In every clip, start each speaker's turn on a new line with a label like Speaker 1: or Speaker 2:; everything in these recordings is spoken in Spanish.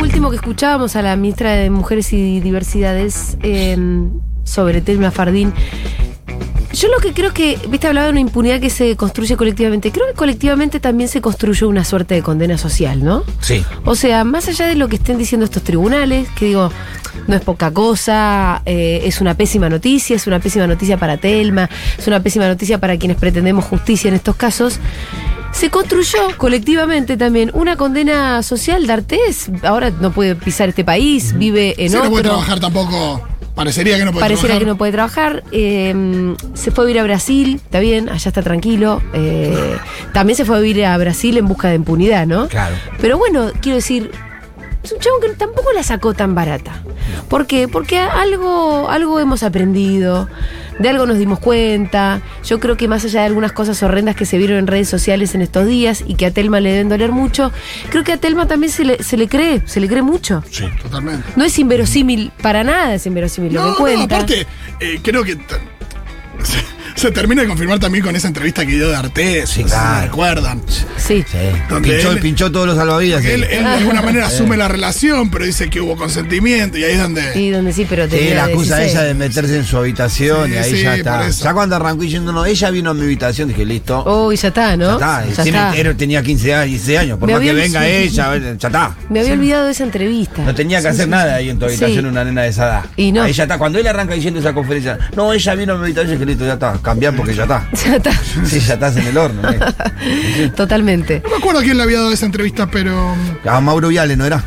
Speaker 1: último que escuchábamos a la ministra de Mujeres y Diversidades eh, sobre Telma Fardín. Yo lo que creo que, viste, hablaba de una impunidad que se construye colectivamente. Creo que colectivamente también se construyó una suerte de condena social, ¿no?
Speaker 2: Sí.
Speaker 1: O sea, más allá de lo que estén diciendo estos tribunales, que digo, no es poca cosa, eh, es una pésima noticia, es una pésima noticia para Telma, es una pésima noticia para quienes pretendemos justicia en estos casos. Se construyó colectivamente también una condena social. D'Artés ahora no puede pisar este país, vive en
Speaker 3: Sí,
Speaker 1: otro.
Speaker 3: no puede trabajar tampoco. Parecería que no puede
Speaker 1: Pareciera
Speaker 3: trabajar.
Speaker 1: que no puede trabajar. eh, se fue a vivir a Brasil, está bien, allá está tranquilo. eh, también se fue a vivir a Brasil en busca de impunidad, ¿no?
Speaker 2: Claro.
Speaker 1: Pero bueno, quiero decir, es un chabón que tampoco la sacó tan barata. ¿Por qué? Porque algo, algo hemos aprendido, de algo nos dimos cuenta. Yo creo que más allá de algunas cosas horrendas que se vieron en redes sociales en estos días y que a Telma le deben doler mucho, creo que a Telma también se le, se le cree, se le cree mucho.
Speaker 2: Sí.
Speaker 3: Totalmente.
Speaker 1: No es inverosímil, para nada es inverosímil lo
Speaker 3: No,
Speaker 1: que
Speaker 3: no,
Speaker 1: cuenta.
Speaker 3: aparte, eh, creo que t- se, se termina de confirmar también con esa entrevista que dio de Artés.
Speaker 2: Sí,
Speaker 3: no sé si
Speaker 2: claro.
Speaker 3: recuerdan.
Speaker 1: Sí.
Speaker 2: Sí.
Speaker 3: Donde
Speaker 2: Pinchó,
Speaker 3: él-
Speaker 2: pinchó todos los salvavidas.
Speaker 3: Que
Speaker 2: sí.
Speaker 3: él, él de alguna manera asume la relación, pero dice que hubo consentimiento y ahí es donde.
Speaker 1: Sí, donde sí, pero
Speaker 2: Sí,
Speaker 1: tenía
Speaker 2: la acusa
Speaker 1: 16.
Speaker 2: ella de meterse en su habitación
Speaker 3: Sí,
Speaker 2: y ahí
Speaker 3: sí,
Speaker 2: ya
Speaker 3: por
Speaker 2: está.
Speaker 3: eso.
Speaker 2: Ya cuando arrancó diciendo, no, ella vino a mi habitación, dije, listo.
Speaker 1: Oh, y ya está,
Speaker 2: ya
Speaker 1: ¿no?
Speaker 2: está.
Speaker 1: Ya
Speaker 2: Tiene-
Speaker 1: está.
Speaker 2: era- tenía 15 años, 16 años. Por
Speaker 1: Me
Speaker 2: más que
Speaker 1: había-
Speaker 2: venga
Speaker 1: sí.
Speaker 2: ella, ya está.
Speaker 1: Me había olvidado de esa entrevista.
Speaker 2: No tenía que
Speaker 1: Sí,
Speaker 2: hacer
Speaker 1: sí,
Speaker 2: nada
Speaker 1: sí.
Speaker 2: ahí en tu habitación
Speaker 1: Sí.
Speaker 2: una nena de esa edad.
Speaker 1: Y no.
Speaker 2: Ahí ya está. Cuando él arranca diciendo esa conferencia, no, ella vino a mi habitación, dije, listo, ya está. Cambiar porque ya está.
Speaker 1: Ya está.
Speaker 2: Sí, ya estás en el horno. eh. ¿no?
Speaker 1: Totalmente.
Speaker 3: No me acuerdo quién le había dado esa entrevista, pero. mm,
Speaker 2: A Mauro Viale, ¿no era?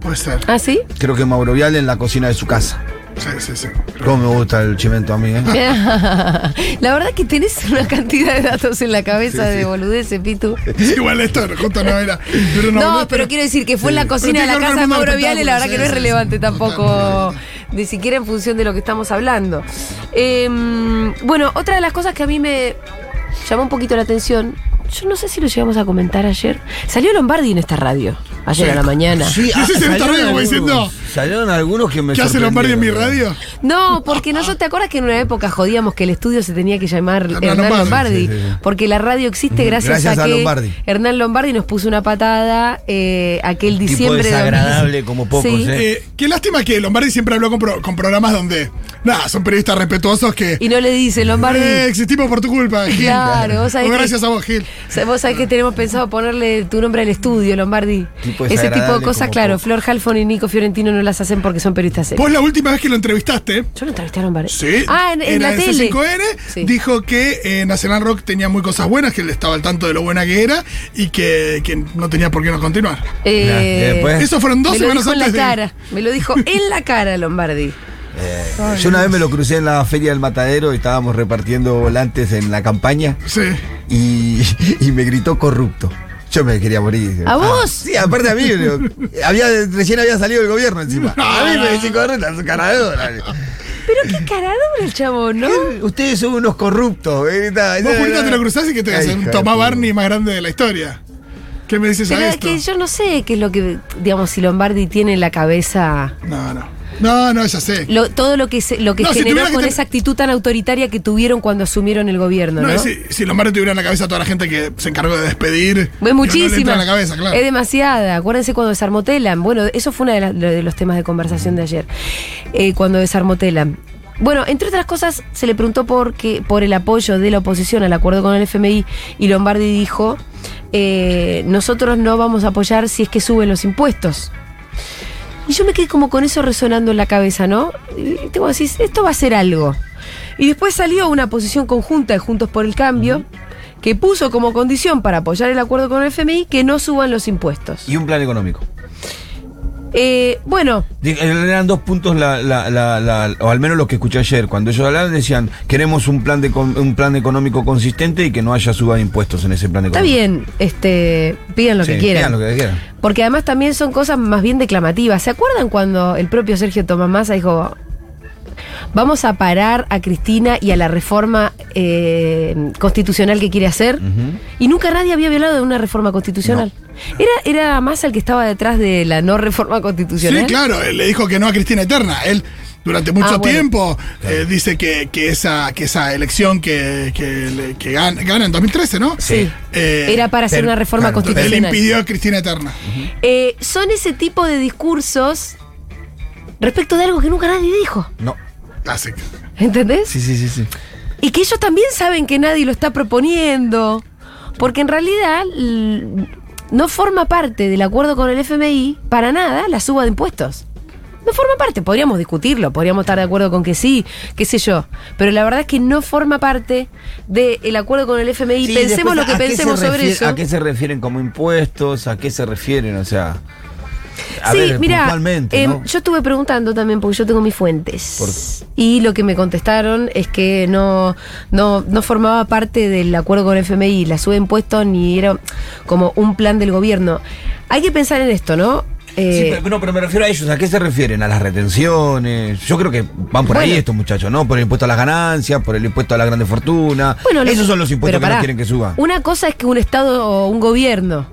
Speaker 3: Puede ser.
Speaker 1: ¿Ah, sí?
Speaker 2: Creo que Mauro Viale en la cocina de su casa.
Speaker 3: Sí, sí, sí.
Speaker 2: Cómo me gusta el chimento a mí, ¿eh?
Speaker 1: la verdad que tenés una cantidad de datos en la cabeza de boludeces, Pitu.
Speaker 3: Sí, igual esto justo no era. Pero
Speaker 1: No,
Speaker 3: una boludez,
Speaker 1: pero quiero decir que fue en la
Speaker 3: Pero
Speaker 1: cocina de
Speaker 3: tiene
Speaker 1: la
Speaker 3: que ver
Speaker 1: casa
Speaker 3: con
Speaker 1: de
Speaker 3: el mundo
Speaker 1: Mauro
Speaker 3: del
Speaker 1: Viale, la verdad que no es
Speaker 3: espectáculo, sí,
Speaker 1: relevante
Speaker 3: sí,
Speaker 1: tampoco,
Speaker 3: totalmente.
Speaker 1: ni siquiera en función de lo que estamos hablando. Eh, bueno, otra de las cosas que a mí me llamó un poquito la atención, yo no sé si lo llegamos a comentar ayer, salió Lombardi en esta radio, ayer a la mañana. Ah,
Speaker 2: Sí,
Speaker 3: Ese es el
Speaker 2: salieron
Speaker 3: torneo, como
Speaker 2: algunos-
Speaker 3: diciendo,
Speaker 2: Salieron algunos que me
Speaker 3: ¿Qué hace Lombardi en mi
Speaker 2: sorprendieron.
Speaker 3: radio?
Speaker 1: No, porque nosotros te acuerdas que en una época jodíamos que el estudio se tenía que llamar
Speaker 3: Hernán
Speaker 1: Hernán Lombardi,
Speaker 2: Sí,
Speaker 3: Lombardi.
Speaker 2: sí, sí.
Speaker 1: porque la radio existe gracias,
Speaker 2: Gracias
Speaker 1: a,
Speaker 2: a
Speaker 1: que
Speaker 2: Lombardi.
Speaker 1: Hernán Lombardi nos puso una patada eh, aquel
Speaker 2: Tipo
Speaker 1: diciembre de
Speaker 2: desagradable
Speaker 1: 2016.
Speaker 2: como pocos,
Speaker 1: Sí.
Speaker 2: ¿eh?
Speaker 3: Eh, qué lástima que Lombardi siempre habló con, pro- con programas donde. Nada, son periodistas respetuosos que.
Speaker 1: Y no le dice Lombardi.
Speaker 3: Eh, existimos por tu culpa, Gil.
Speaker 1: Claro, vos sabés
Speaker 3: O
Speaker 1: que-
Speaker 3: gracias a vos, Gil.
Speaker 1: O sea, Vos sabés que tenemos pensado ponerle tu nombre al estudio, Lombardi. Ese tipo
Speaker 2: Tipo
Speaker 1: de
Speaker 2: desagradable
Speaker 1: cosas,
Speaker 2: como
Speaker 1: claro.
Speaker 2: poco.
Speaker 1: Flor Halfon y Nico Fiorentino no las hacen porque son periodistas serios.
Speaker 3: Vos la última vez que lo entrevistaste.
Speaker 1: Yo no entrevisté a Lombardi.
Speaker 3: Pues, Sí.
Speaker 1: Ah, en, en
Speaker 3: era
Speaker 1: la
Speaker 3: de
Speaker 1: tele.
Speaker 3: C5N,
Speaker 1: Sí.
Speaker 3: dijo que eh, Nacional Rock tenía muy cosas buenas, que él estaba al tanto de lo buena que era y que, que no tenía por qué no continuar.
Speaker 1: Eh,
Speaker 2: Nah, y después-
Speaker 3: Eso fueron dos
Speaker 1: me lo
Speaker 3: semanas
Speaker 1: dijo en la
Speaker 3: antes de-
Speaker 1: cara. Me lo dijo en la cara Lombardi.
Speaker 2: Yo una vez me lo crucé en la Feria del Matadero y estábamos repartiendo volantes en la campaña
Speaker 3: Sí.
Speaker 2: y, y me gritó corrupto. Yo me quería morir.
Speaker 1: ¿A vos?
Speaker 2: Sí, aparte a mí. digo, había, recién había salido el gobierno encima. A mí me decía corrupto, su caradura.
Speaker 1: Pero qué caradura el chavo, ¿no?
Speaker 2: Eh, Ustedes son unos corruptos. eh, está-
Speaker 3: Vos, Julita, te lo cruzás y que te
Speaker 2: Ay,
Speaker 3: hacen
Speaker 2: hija de
Speaker 3: Tomá
Speaker 2: puta.
Speaker 3: Barney más grande de la historia. ¿Qué me dices
Speaker 1: Pero
Speaker 3: a
Speaker 1: es
Speaker 3: esto?
Speaker 1: que yo no sé qué es lo que, digamos, si Lombardi tiene en la cabeza
Speaker 3: No, no. No, no, ya sé.
Speaker 1: lo- todo lo que se- lo que
Speaker 3: No, si
Speaker 1: generó
Speaker 3: tuviera que
Speaker 1: con
Speaker 3: ten-
Speaker 1: esa actitud tan autoritaria que tuvieron cuando asumieron el gobierno, ¿no?
Speaker 3: No, Si, si Lombardi tuviera en la cabeza a toda la gente que se encargó de despedir.
Speaker 1: Ve
Speaker 3: pero no le entra
Speaker 1: muchísima.
Speaker 3: en la cabeza, claro.
Speaker 1: Es demasiada. Acuérdense cuando desarmó Telam. Bueno, eso fue uno de, la- de los temas de conversación de ayer. eh, cuando desarmó Telam. Bueno, entre otras cosas, se le preguntó por, qué- por el apoyo de la oposición al acuerdo con el FMI y Lombardi dijo, eh, nosotros no vamos a apoyar si es que suben los impuestos. Y yo me quedé como con eso resonando en la cabeza, ¿no? Y tengo que decir, esto va a ser algo. Y después salió una posición conjunta de Juntos por el Cambio que puso como condición para apoyar el acuerdo con el FMI que no suban los impuestos.
Speaker 2: Y un plan económico.
Speaker 1: Eh, bueno,
Speaker 2: Di- Eran dos puntos, la- la- la- la- o al menos lo que escuché ayer. Cuando ellos hablaron decían, queremos un plan, de, con- un plan económico consistente y que no haya suba de impuestos en ese plan
Speaker 1: está
Speaker 2: económico.
Speaker 1: bien, este, pidan lo
Speaker 2: Sí,
Speaker 1: que quieran.
Speaker 2: pidan lo que quieran.
Speaker 1: Porque además también son cosas más bien declamativas. ¿Se acuerdan cuando el propio Sergio Tomás Massa dijo, vamos a parar a Cristina y a la reforma eh, constitucional que quiere hacer? Y nunca nadie había violado de una reforma constitucional. Era, era Massa el que estaba detrás de la no reforma constitucional.
Speaker 3: Sí, claro, él le dijo que no a Cristina Eterna. Él durante mucho
Speaker 1: Ah, bueno.
Speaker 3: tiempo. eh, dice que, que esa, que esa elección que, que, le- que gan- gana, en 2013, ¿no?
Speaker 1: Sí.
Speaker 3: Eh,
Speaker 1: Era para hacer
Speaker 2: pero-
Speaker 1: una reforma
Speaker 2: claro, pero
Speaker 3: Él
Speaker 1: constitucional.
Speaker 3: impidió a Cristina Eterna.
Speaker 1: Eh, son ese tipo de discursos respecto de algo que nunca nadie dijo.
Speaker 2: No.
Speaker 3: Clásico.
Speaker 1: ¿Entendés?
Speaker 2: Sí, sí, sí, sí.
Speaker 1: Y que ellos también saben que nadie lo está proponiendo. Porque en realidad l- no forma parte del acuerdo con el FMI para nada la suba de impuestos. No forma parte, podríamos discutirlo, podríamos estar de acuerdo con que sí, qué sé yo. Pero la verdad es que no forma parte del acuerdo con el FMI.
Speaker 2: Sí,
Speaker 1: pensemos
Speaker 2: después,
Speaker 1: lo que
Speaker 2: ¿a qué se
Speaker 1: pensemos sobre
Speaker 2: refiere-
Speaker 1: eso.
Speaker 2: ¿A qué se refieren como impuestos? ¿A qué se refieren? O sea. A
Speaker 1: sí,
Speaker 2: ver,
Speaker 1: mira,
Speaker 2: puntualmente,
Speaker 1: eh,
Speaker 2: ¿no?
Speaker 1: yo estuve preguntando también porque yo tengo mis fuentes. Y lo que me contestaron es que no, no, no formaba parte del acuerdo con el FMI, la suba de impuestos ni era como un plan del gobierno. Hay que pensar en esto, ¿no?
Speaker 2: Sí,
Speaker 1: Eh,
Speaker 2: pero, no, pero me refiero a ellos, ¿a qué se refieren? ¿A las retenciones? Yo creo que van por ahí
Speaker 1: Bueno.
Speaker 2: estos muchachos, ¿no? Por el impuesto a las ganancias, por el impuesto a la grande fortuna.
Speaker 1: Bueno, lo
Speaker 2: Esos
Speaker 1: que-
Speaker 2: son los
Speaker 1: pero
Speaker 2: impuestos que
Speaker 1: pará.
Speaker 2: no quieren que suba.
Speaker 1: Una cosa es que un Estado o un gobierno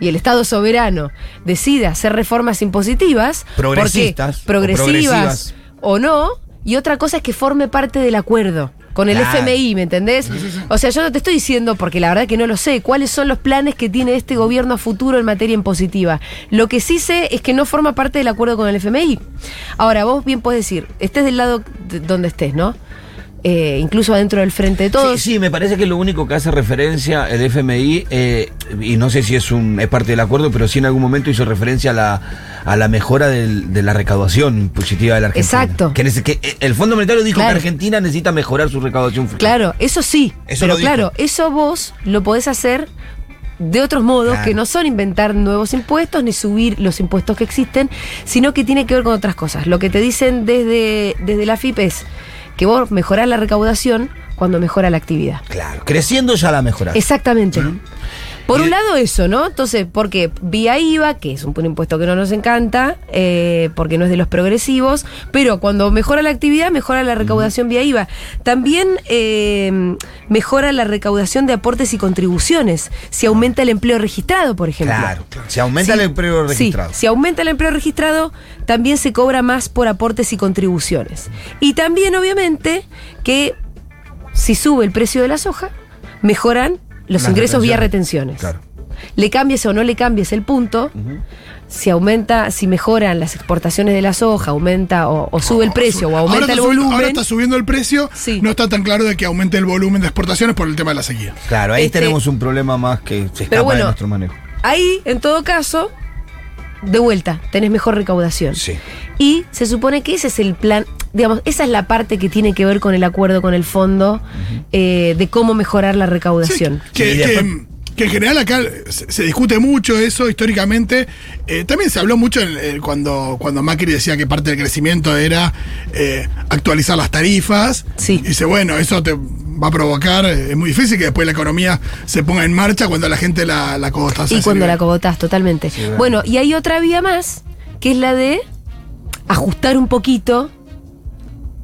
Speaker 1: y el Estado soberano decida hacer reformas impositivas,
Speaker 2: Progresistas
Speaker 1: porque
Speaker 2: o
Speaker 1: progresivas
Speaker 2: progresivas.
Speaker 1: o no, y otra cosa es que forme parte del acuerdo. Con el
Speaker 2: Claro.
Speaker 1: FMI, ¿me entendés? O sea, yo no te estoy diciendo, porque la verdad que no lo sé, cuáles son los planes que tiene este gobierno a futuro en materia impositiva. Lo que sí sé es que no forma parte del acuerdo con el FMI. Ahora, vos bien puedes decir, estés del lado de- donde estés, ¿no? Eh, incluso adentro del frente de todos.
Speaker 2: Sí, sí, me parece que lo único que hace referencia el FMI, eh, y no sé si es un es parte del acuerdo, pero sí en algún momento hizo referencia a la, a la mejora del- de la recaudación positiva de la Argentina.
Speaker 1: Exacto.
Speaker 2: Que, nece- que, eh, el Fondo Monetario dijo
Speaker 1: Claro.
Speaker 2: que Argentina necesita mejorar su recaudación fiscal.
Speaker 1: Claro, eso sí.
Speaker 2: Eso
Speaker 1: pero
Speaker 2: lo dijo.
Speaker 1: claro, eso vos lo podés hacer de otros modos
Speaker 2: Claro.
Speaker 1: que no son inventar nuevos impuestos ni subir los impuestos que existen, sino que tiene que ver con otras cosas. Lo que te dicen desde, desde la FIP es que vos mejorás la recaudación cuando mejora la actividad.
Speaker 2: Claro. Creciendo ya la mejora.
Speaker 1: Exactamente. Por
Speaker 2: Y-
Speaker 1: un lado eso, ¿no? Entonces, porque vía IVA, que es un un impuesto que no nos encanta, eh, porque no es de los progresivos, pero cuando mejora la actividad, mejora la recaudación vía IVA. También eh, mejora la recaudación de aportes y contribuciones, si aumenta el empleo registrado, por ejemplo.
Speaker 2: Claro, claro. Si aumenta el
Speaker 1: sí,
Speaker 2: empleo registrado.
Speaker 1: si aumenta el empleo registrado, también se cobra más por aportes y contribuciones. Y también, obviamente, que si sube el precio de la soja, mejoran los
Speaker 2: Las
Speaker 1: ingresos vía retenciones.
Speaker 2: retenciones. Claro.
Speaker 1: Le cambies o no le cambies el punto, si aumenta, si mejoran las exportaciones de la soja, aumenta o, o
Speaker 2: Oh,
Speaker 1: sube el precio o
Speaker 3: Ahora
Speaker 1: aumenta
Speaker 3: está
Speaker 1: el
Speaker 3: subiendo- Ahora
Speaker 1: volumen.
Speaker 3: está subiendo el precio.
Speaker 1: Sí.
Speaker 3: No está tan claro de que aumente el volumen de exportaciones por el tema de la sequía.
Speaker 2: Claro, ahí
Speaker 1: Este-
Speaker 2: tenemos un problema más que se escapa
Speaker 1: Pero bueno,
Speaker 2: de nuestro manejo.
Speaker 1: Ahí, en todo caso, de vuelta, tenés mejor recaudación.
Speaker 2: Sí.
Speaker 1: Y se supone que ese es el plan, digamos, esa es la parte que tiene que ver con el acuerdo con el fondo eh, de cómo mejorar la recaudación.
Speaker 3: Sí, que,
Speaker 2: Y
Speaker 3: que-
Speaker 2: después-
Speaker 3: que en general acá se, se discute mucho eso históricamente. Eh, también se habló mucho en- eh, cuando, cuando Macri decía que parte del crecimiento era eh, actualizar las tarifas.
Speaker 1: Sí.
Speaker 3: Y dice, bueno, eso te va a provocar, eh, es muy difícil que después la economía se ponga en marcha cuando la gente la, la cobota.
Speaker 1: y cuando la cobotás, totalmente.
Speaker 2: bueno.
Speaker 1: bueno, y hay otra vía más, que es la de ajustar un poquito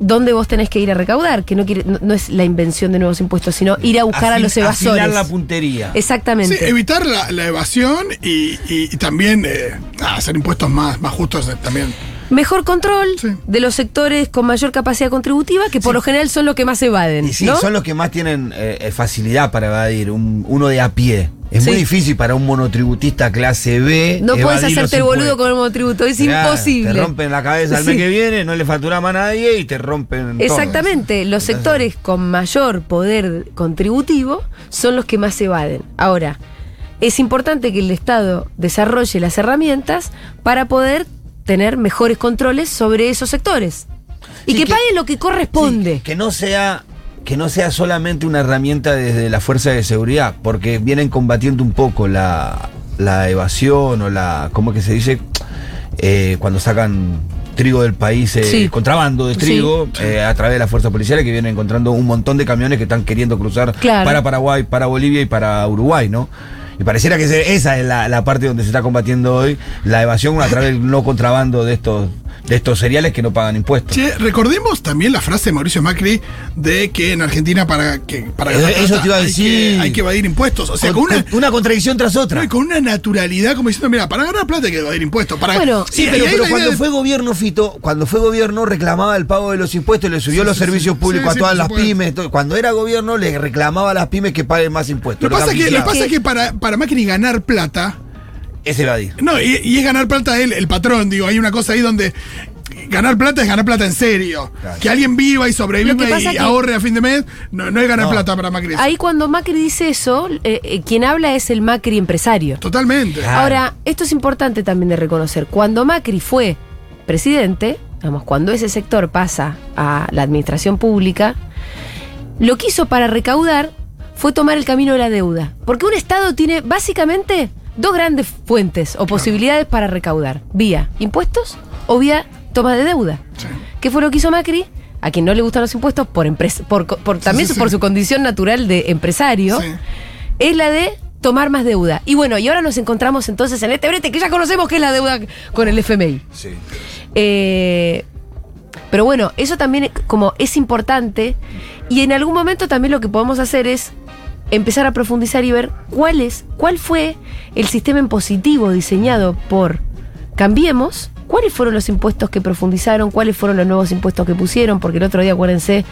Speaker 1: dónde vos tenés que ir a recaudar, que no, quiere- no, no es la invención de nuevos impuestos, sino ir a buscar a
Speaker 2: Afil-
Speaker 1: los evasores.
Speaker 2: Afilar la puntería.
Speaker 1: Exactamente.
Speaker 3: Sí, evitar la, la evasión y, y- y también eh, ah, hacer impuestos más, más justos eh, también.
Speaker 1: Mejor control
Speaker 3: Sí.
Speaker 1: de los sectores con mayor capacidad contributiva, que por lo general son los que más evaden.
Speaker 2: Y sí,
Speaker 1: ¿no?
Speaker 2: son los que más tienen eh, eh, facilidad para evadir, un- uno de a pie. Es
Speaker 1: Sí.
Speaker 2: muy difícil para un monotributista clase B.
Speaker 1: No
Speaker 2: puedes
Speaker 1: puedes hacerte el boludo con el monotributo, es imposible.
Speaker 2: Te rompen la cabeza el
Speaker 1: Sí.
Speaker 2: mes que viene, no le facturamos a nadie y te rompen. todo.
Speaker 1: Exactamente, los
Speaker 2: Entonces,
Speaker 1: sectores con mayor poder contributivo son los que más evaden. Ahora, es importante que el Estado desarrolle las herramientas para poder tener mejores controles sobre esos sectores. Y
Speaker 2: Sí,
Speaker 1: que,
Speaker 2: que-
Speaker 1: paguen lo que corresponde.
Speaker 2: sí, que no sea. Que no sea solamente una herramienta desde la fuerza de seguridad, porque vienen combatiendo un poco la, la evasión o la. ¿Cómo es que se dice? Eh, cuando sacan trigo del país, eh,
Speaker 1: Sí.
Speaker 2: contrabando de
Speaker 1: Sí.
Speaker 2: trigo, eh, a través de las fuerzas policiales que vienen encontrando un montón de camiones que están queriendo cruzar
Speaker 1: Claro.
Speaker 2: para Paraguay, para Bolivia y para Uruguay, ¿no? Y pareciera que se- esa es la, la parte donde se está combatiendo hoy la evasión a través del no contrabando de estos de estos cereales que no pagan impuestos.
Speaker 3: Che, recordemos también la frase de Mauricio Macri de que en Argentina para que para
Speaker 2: Eh,
Speaker 3: ganar
Speaker 2: eso
Speaker 3: plata
Speaker 2: te iba a
Speaker 3: hay
Speaker 2: decir.
Speaker 3: que- hay que evadir impuestos. O sea,
Speaker 2: Con-
Speaker 3: con una,
Speaker 2: con- contradicción tras otra.
Speaker 3: no, y con una naturalidad como diciendo, mira, para ganar plata hay que evadir impuestos. Para...
Speaker 1: Bueno,
Speaker 2: Sí,
Speaker 3: y-
Speaker 2: pero,
Speaker 3: y ahí
Speaker 2: pero
Speaker 3: la idea
Speaker 2: cuando
Speaker 3: de-
Speaker 2: fue gobierno, Fito, cuando fue gobierno reclamaba el pago de los impuestos, le subió
Speaker 3: Sí,
Speaker 2: los
Speaker 3: sí,
Speaker 2: servicios
Speaker 3: sí.
Speaker 2: públicos
Speaker 3: Sí,
Speaker 2: a
Speaker 3: sí,
Speaker 2: todas
Speaker 3: por
Speaker 2: las
Speaker 3: supuesto.
Speaker 2: pymes. todo. Cuando era gobierno le reclamaba a las pymes que paguen más impuestos.
Speaker 3: Lo que pasa es que, lo que
Speaker 2: cambiaba.
Speaker 3: pasa es que para, para Macri ganar plata,
Speaker 2: Es evadir.
Speaker 3: no, y, y es ganar plata él, el patrón, digo, hay una cosa ahí donde ganar plata es ganar plata en serio.
Speaker 2: Claro.
Speaker 3: Que alguien viva y
Speaker 1: Lo que
Speaker 3: sobreviva y
Speaker 1: pasa que-
Speaker 3: ahorre a fin de mes, no, no es ganar
Speaker 2: No.
Speaker 3: plata para Macri.
Speaker 1: Ahí cuando Macri dice eso, eh, eh, quien habla es el Macri empresario.
Speaker 3: Totalmente.
Speaker 2: Claro.
Speaker 1: Ahora, esto es importante también de reconocer. Cuando Macri fue presidente, digamos, cuando ese sector pasa a la administración pública, lo que hizo para recaudar fue tomar el camino de la deuda. Porque un Estado tiene básicamente dos grandes fuentes o posibilidades para recaudar. Vía impuestos o vía toma de deuda.
Speaker 3: Sí.
Speaker 1: ¿Qué fue lo que hizo Macri? A quien no le gustan los impuestos, por empresa, por, co- por- también
Speaker 3: sí, sí.
Speaker 1: por su condición natural de empresario,
Speaker 3: Sí.
Speaker 1: es la de tomar más deuda. Y bueno, y ahora nos encontramos entonces en este brete que ya conocemos que es la deuda con el FMI.
Speaker 2: Sí.
Speaker 1: Eh, pero bueno, eso también es- como es importante y en algún momento también lo que podemos hacer es empezar a profundizar y ver cuál es, cuál fue el sistema impositivo diseñado por Cambiemos, cuáles fueron los impuestos que profundizaron, cuáles fueron los nuevos impuestos que pusieron, porque el otro día acuérdense,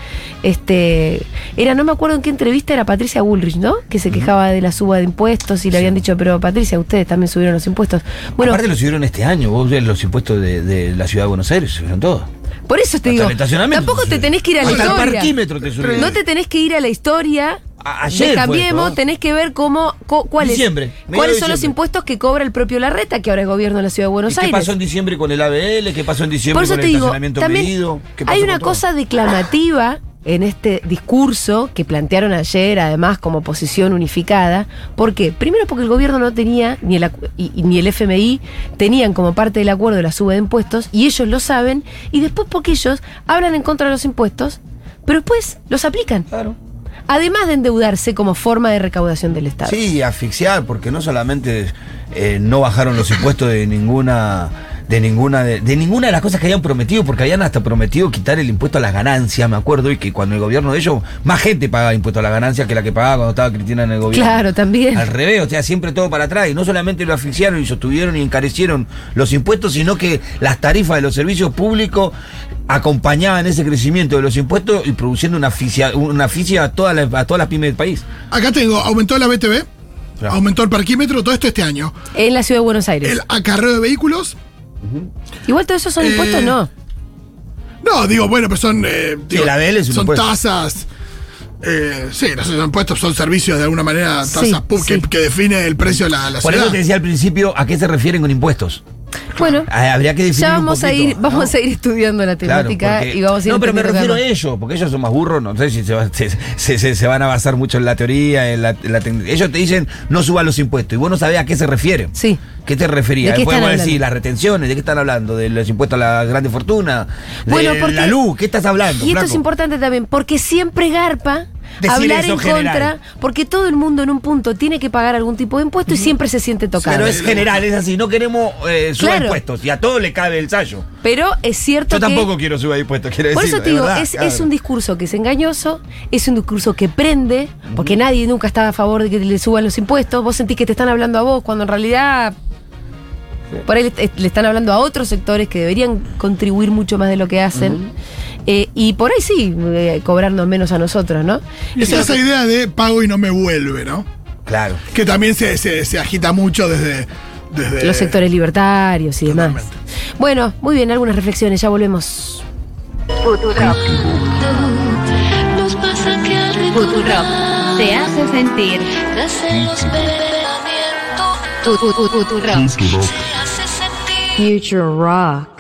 Speaker 1: este era no me acuerdo en qué entrevista era Patricia Bullrich, ¿no? Que se quejaba de la suba de impuestos y le habían dicho, "Pero Patricia, ustedes también subieron los impuestos." Bueno,
Speaker 2: Aparte lo subieron este año, vos ves los impuestos de, de la ciudad de Buenos Aires, subieron todo.
Speaker 1: Por eso te
Speaker 2: Hasta
Speaker 1: digo,
Speaker 2: el estacionamiento
Speaker 1: tampoco te
Speaker 2: subieron.
Speaker 1: tenés que ir a la
Speaker 2: Hasta el
Speaker 1: historia.
Speaker 2: parquímetro te subieron.
Speaker 1: No te tenés que ir a la historia.
Speaker 2: A- ayer
Speaker 1: de
Speaker 2: fue
Speaker 1: cambiemos,
Speaker 2: esto.
Speaker 1: tenés que ver cómo co- cuáles
Speaker 2: Diciembre, medio
Speaker 1: cuáles
Speaker 2: de
Speaker 1: son los
Speaker 2: diciembre.
Speaker 1: impuestos que cobra el propio Larreta, que ahora es gobierno de la ciudad de
Speaker 2: ¿Y
Speaker 1: Buenos
Speaker 2: ¿Qué
Speaker 1: Aires.
Speaker 2: pasó en diciembre con el ABL? ¿Qué pasó en diciembre
Speaker 1: Por eso
Speaker 2: con
Speaker 1: te
Speaker 2: el
Speaker 1: digo,
Speaker 2: estacionamiento
Speaker 1: también
Speaker 2: medido? ¿Qué pasó
Speaker 1: hay
Speaker 2: con
Speaker 1: una
Speaker 2: todo?
Speaker 1: cosa declamativa en este discurso que plantearon ayer, además como posición unificada. ¿Por qué? Primero porque el gobierno no tenía, ni el, acu- y- y ni el FMI tenían como parte del acuerdo de la suba de impuestos, y ellos lo saben, y después porque ellos hablan en contra de los impuestos, pero después los aplican.
Speaker 2: Claro.
Speaker 1: Además de endeudarse como forma de recaudación del Estado.
Speaker 2: Sí, asfixiar, porque no solamente eh, no bajaron los impuestos de ninguna de ninguna de, de ninguna de las cosas que habían prometido, porque habían hasta prometido quitar el impuesto a las ganancias, me acuerdo, y que cuando el gobierno de ellos, más gente pagaba impuesto a las ganancias que la que pagaba cuando estaba Cristina en el gobierno.
Speaker 1: Claro, también.
Speaker 2: Al revés, o sea, siempre todo para atrás. Y no solamente lo asfixiaron y sostuvieron y encarecieron los impuestos, sino que las tarifas de los servicios públicos acompañaban ese crecimiento de los impuestos y produciendo una asfixia, una asfixia a, todas las, a todas las pymes del país.
Speaker 3: Acá tengo, aumentó la BTV,
Speaker 2: Claro.
Speaker 3: aumentó el parquímetro, todo esto este año.
Speaker 1: En la ciudad de Buenos Aires.
Speaker 3: El acarreo de vehículos,
Speaker 1: Igual todo eso son
Speaker 3: Eh,
Speaker 1: impuestos, no.
Speaker 3: No, digo, bueno, pero son. eh, digo,
Speaker 2: el ABL es un
Speaker 3: Son
Speaker 2: impuesto.
Speaker 3: tasas. eh, sí, no son impuestos, son servicios de alguna manera, tasas
Speaker 1: Sí,
Speaker 3: pub- que-
Speaker 1: sí.
Speaker 3: Que, define el precio de la, la
Speaker 2: Por
Speaker 3: ciudad.
Speaker 2: eso te decía al principio a qué se refieren con impuestos.
Speaker 1: Bueno.
Speaker 2: Ah, Habría que definir
Speaker 1: Ya
Speaker 2: un
Speaker 1: vamos a
Speaker 2: poquito,
Speaker 1: ir, vamos
Speaker 2: ¿no?
Speaker 1: a ir estudiando la
Speaker 2: Claro,
Speaker 1: temática
Speaker 2: porque-
Speaker 1: y vamos a ir
Speaker 2: No, pero me refiero
Speaker 1: entendiendo
Speaker 2: eh, a
Speaker 1: cada uno.
Speaker 2: ellos, porque ellos son más burros, no sé si se, va- se- se- se- se van a basar mucho en la teoría, en la, en la tec- Ellos te dicen no suba los impuestos y vos no sabés a qué se refieren.
Speaker 1: Sí.
Speaker 2: ¿Qué te referías?
Speaker 1: ¿De qué
Speaker 2: Después
Speaker 1: están
Speaker 2: vamos a decir
Speaker 1: hablando?
Speaker 2: las retenciones, ¿de qué están hablando? ¿De los impuestos a la grande fortuna? ¿De
Speaker 1: Bueno, porque-
Speaker 2: eh, la luz? ¿Qué estás hablando?
Speaker 1: Y esto es
Speaker 2: flaco?
Speaker 1: importante también, porque siempre garpa
Speaker 2: Decir
Speaker 1: hablar
Speaker 2: eso
Speaker 1: en
Speaker 2: general.
Speaker 1: contra, porque todo el mundo en un punto tiene que pagar algún tipo de impuesto y siempre se siente tocado.
Speaker 2: Pero es general, es así, no queremos eh, suba
Speaker 1: Claro.
Speaker 2: impuestos y a todos le cabe el sallo.
Speaker 1: Pero es cierto que
Speaker 2: Yo tampoco quiero suba impuestos, quiero
Speaker 1: Por
Speaker 2: decir.
Speaker 1: eso te
Speaker 2: es
Speaker 1: digo,
Speaker 2: verdad,
Speaker 1: es,
Speaker 2: claro.
Speaker 1: es un discurso que es engañoso, es un discurso que prende, porque nadie nunca está a favor de que le suban los impuestos, vos sentís que te están hablando a vos, cuando en realidad por ahí le, le están hablando a otros sectores que deberían contribuir mucho más de lo que hacen. Eh, y por ahí sí, eh, cobrarnos menos a nosotros, ¿no?
Speaker 3: Y
Speaker 1: Eso es lo
Speaker 3: está esa
Speaker 1: que-
Speaker 3: idea de pago y no me vuelve, ¿no?
Speaker 2: Claro.
Speaker 3: Que también se, se- se agita mucho desde. desde
Speaker 2: eh,
Speaker 1: los sectores libertarios y demás.
Speaker 3: Totalmente.
Speaker 1: Bueno, muy bien, algunas reflexiones, ya volvemos.
Speaker 4: Futurock.
Speaker 5: Nos pasa que al
Speaker 4: Futurock.
Speaker 5: retornar
Speaker 4: Te hace sentir.
Speaker 5: nacen los pensamientos,
Speaker 4: Futurock.
Speaker 5: te hace sentir
Speaker 4: Future Rock.